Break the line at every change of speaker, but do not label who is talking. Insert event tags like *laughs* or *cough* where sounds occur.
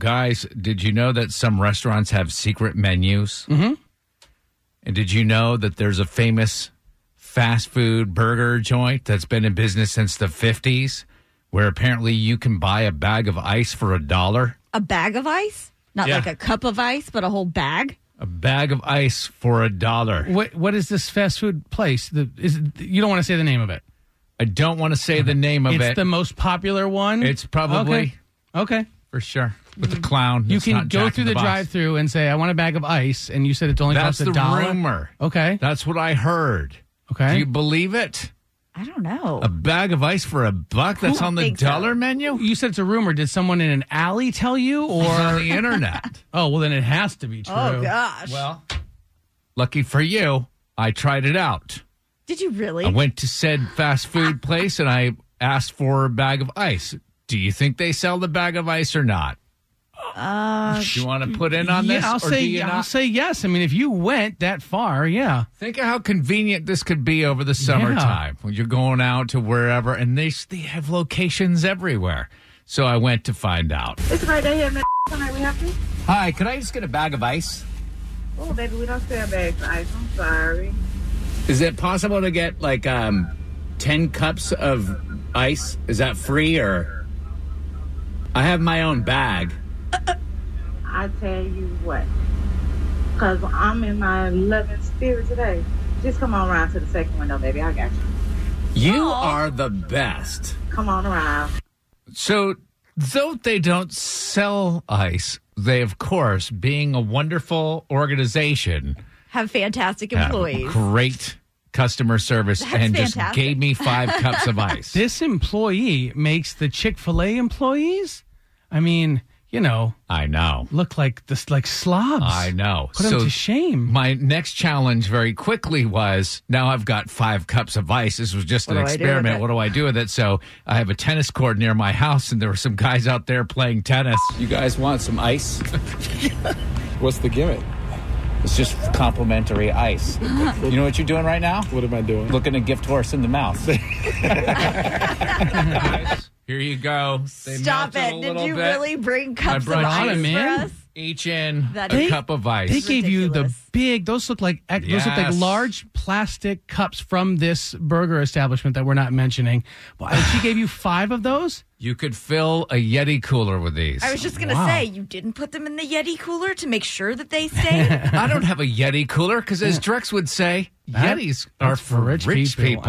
Guys, did you know that some restaurants have secret menus?
Mm-hmm.
And did you know that there's a famous fast food burger joint that's been in business since the 50s where apparently you can buy a bag of ice for a dollar?
A bag of ice? Not
Yeah.
like a cup of ice, but a whole bag?
A bag of ice for a dollar.
What What is this fast food place? The, is it- you don't want to say the name of it.
I don't want to say the name of
it's
it
the most popular one.
It's probably-
okay. Okay.
for sure. With the clown.
Mm. You
that's
can
not
go
Jack in
through the,
Box.
drive-through and say, "I want a bag of ice," and you said it only
That's
costs a
the
dollar.
rumor.
Okay.
That's what I heard.
Okay.
Do you believe it?
I don't know.
A bag of ice for a buck that's
Who
on the
thinks so?
dollar menu?
you said it's a rumor. Did someone in an alley tell you, or
Or on the internet?
*laughs* oh, well, then it has to be true.
oh, gosh.
Well, lucky for you, I tried it out.
Did you really?
I went to said fast
*laughs*
food place and I asked for a bag of ice. Do you think they sell the bag of ice or not? do you want to put in on
Uh, yeah,
this?
I'll
or
say
do you
I'll
not?
say yes. I mean, if you went that far, yeah.
Think of how convenient this could be over the summertime when you're going out to wherever, and they they have locations everywhere. So I went to find out.
It's right there, man. Can I- we have to?
Hi, could I just get a bag of ice?
Oh, baby, we don't sell bags of ice. I'm sorry.
Is it possible to get like um, 10 cups of ice? Is that free or? I have my own bag.
I tell you what, because I'm in my loving spirit today. Just come on around to the second window, baby. I got you.
You are the best.
Come on around.
So, though they don't sell ice, they, of course, being a wonderful organization,
Have fantastic
have
employees.
great customer service
That's
and just
fantastic.
gave me five cups of
*laughs*
ice.
This employee makes the Chick Fil A employees. I mean, you know,
I know.
look like this like slobs.
I know.
Put them to shame.
My next challenge very quickly was now I've got five cups of ice. This was just
What
an
do I do with
experiment.
it?
What do I do with it? So I have a tennis court near my house, and there were some guys out there playing tennis.
You guys want some
*laughs*
ice?
What's the gimmick?
It's just complimentary ice. You know what you're doing right now?
What am I doing?
Looking a gift horse in the
*laughs*
mouth.
Guys, Here you go. They
Stop
melted
it.
a
Did
little
you
bit.
really bring cups of
brought
ice
them in.
for us?
Each in
That
a
is-
cup of ice.
They gave you the
Ridiculous.
big. Those look like ec- those look like
Yes.
large plastic cups from this burger establishment that we're not mentioning. Well, and she gave you five of those.
You could fill a Yeti cooler with these.
I was just going to
Wow.
say, you didn't put them in the Yeti cooler to make sure that
*laughs*
they stayed?
I don't have a Yeti cooler because, as Drex would say,
That-
Yetis are
that's
for rich, people.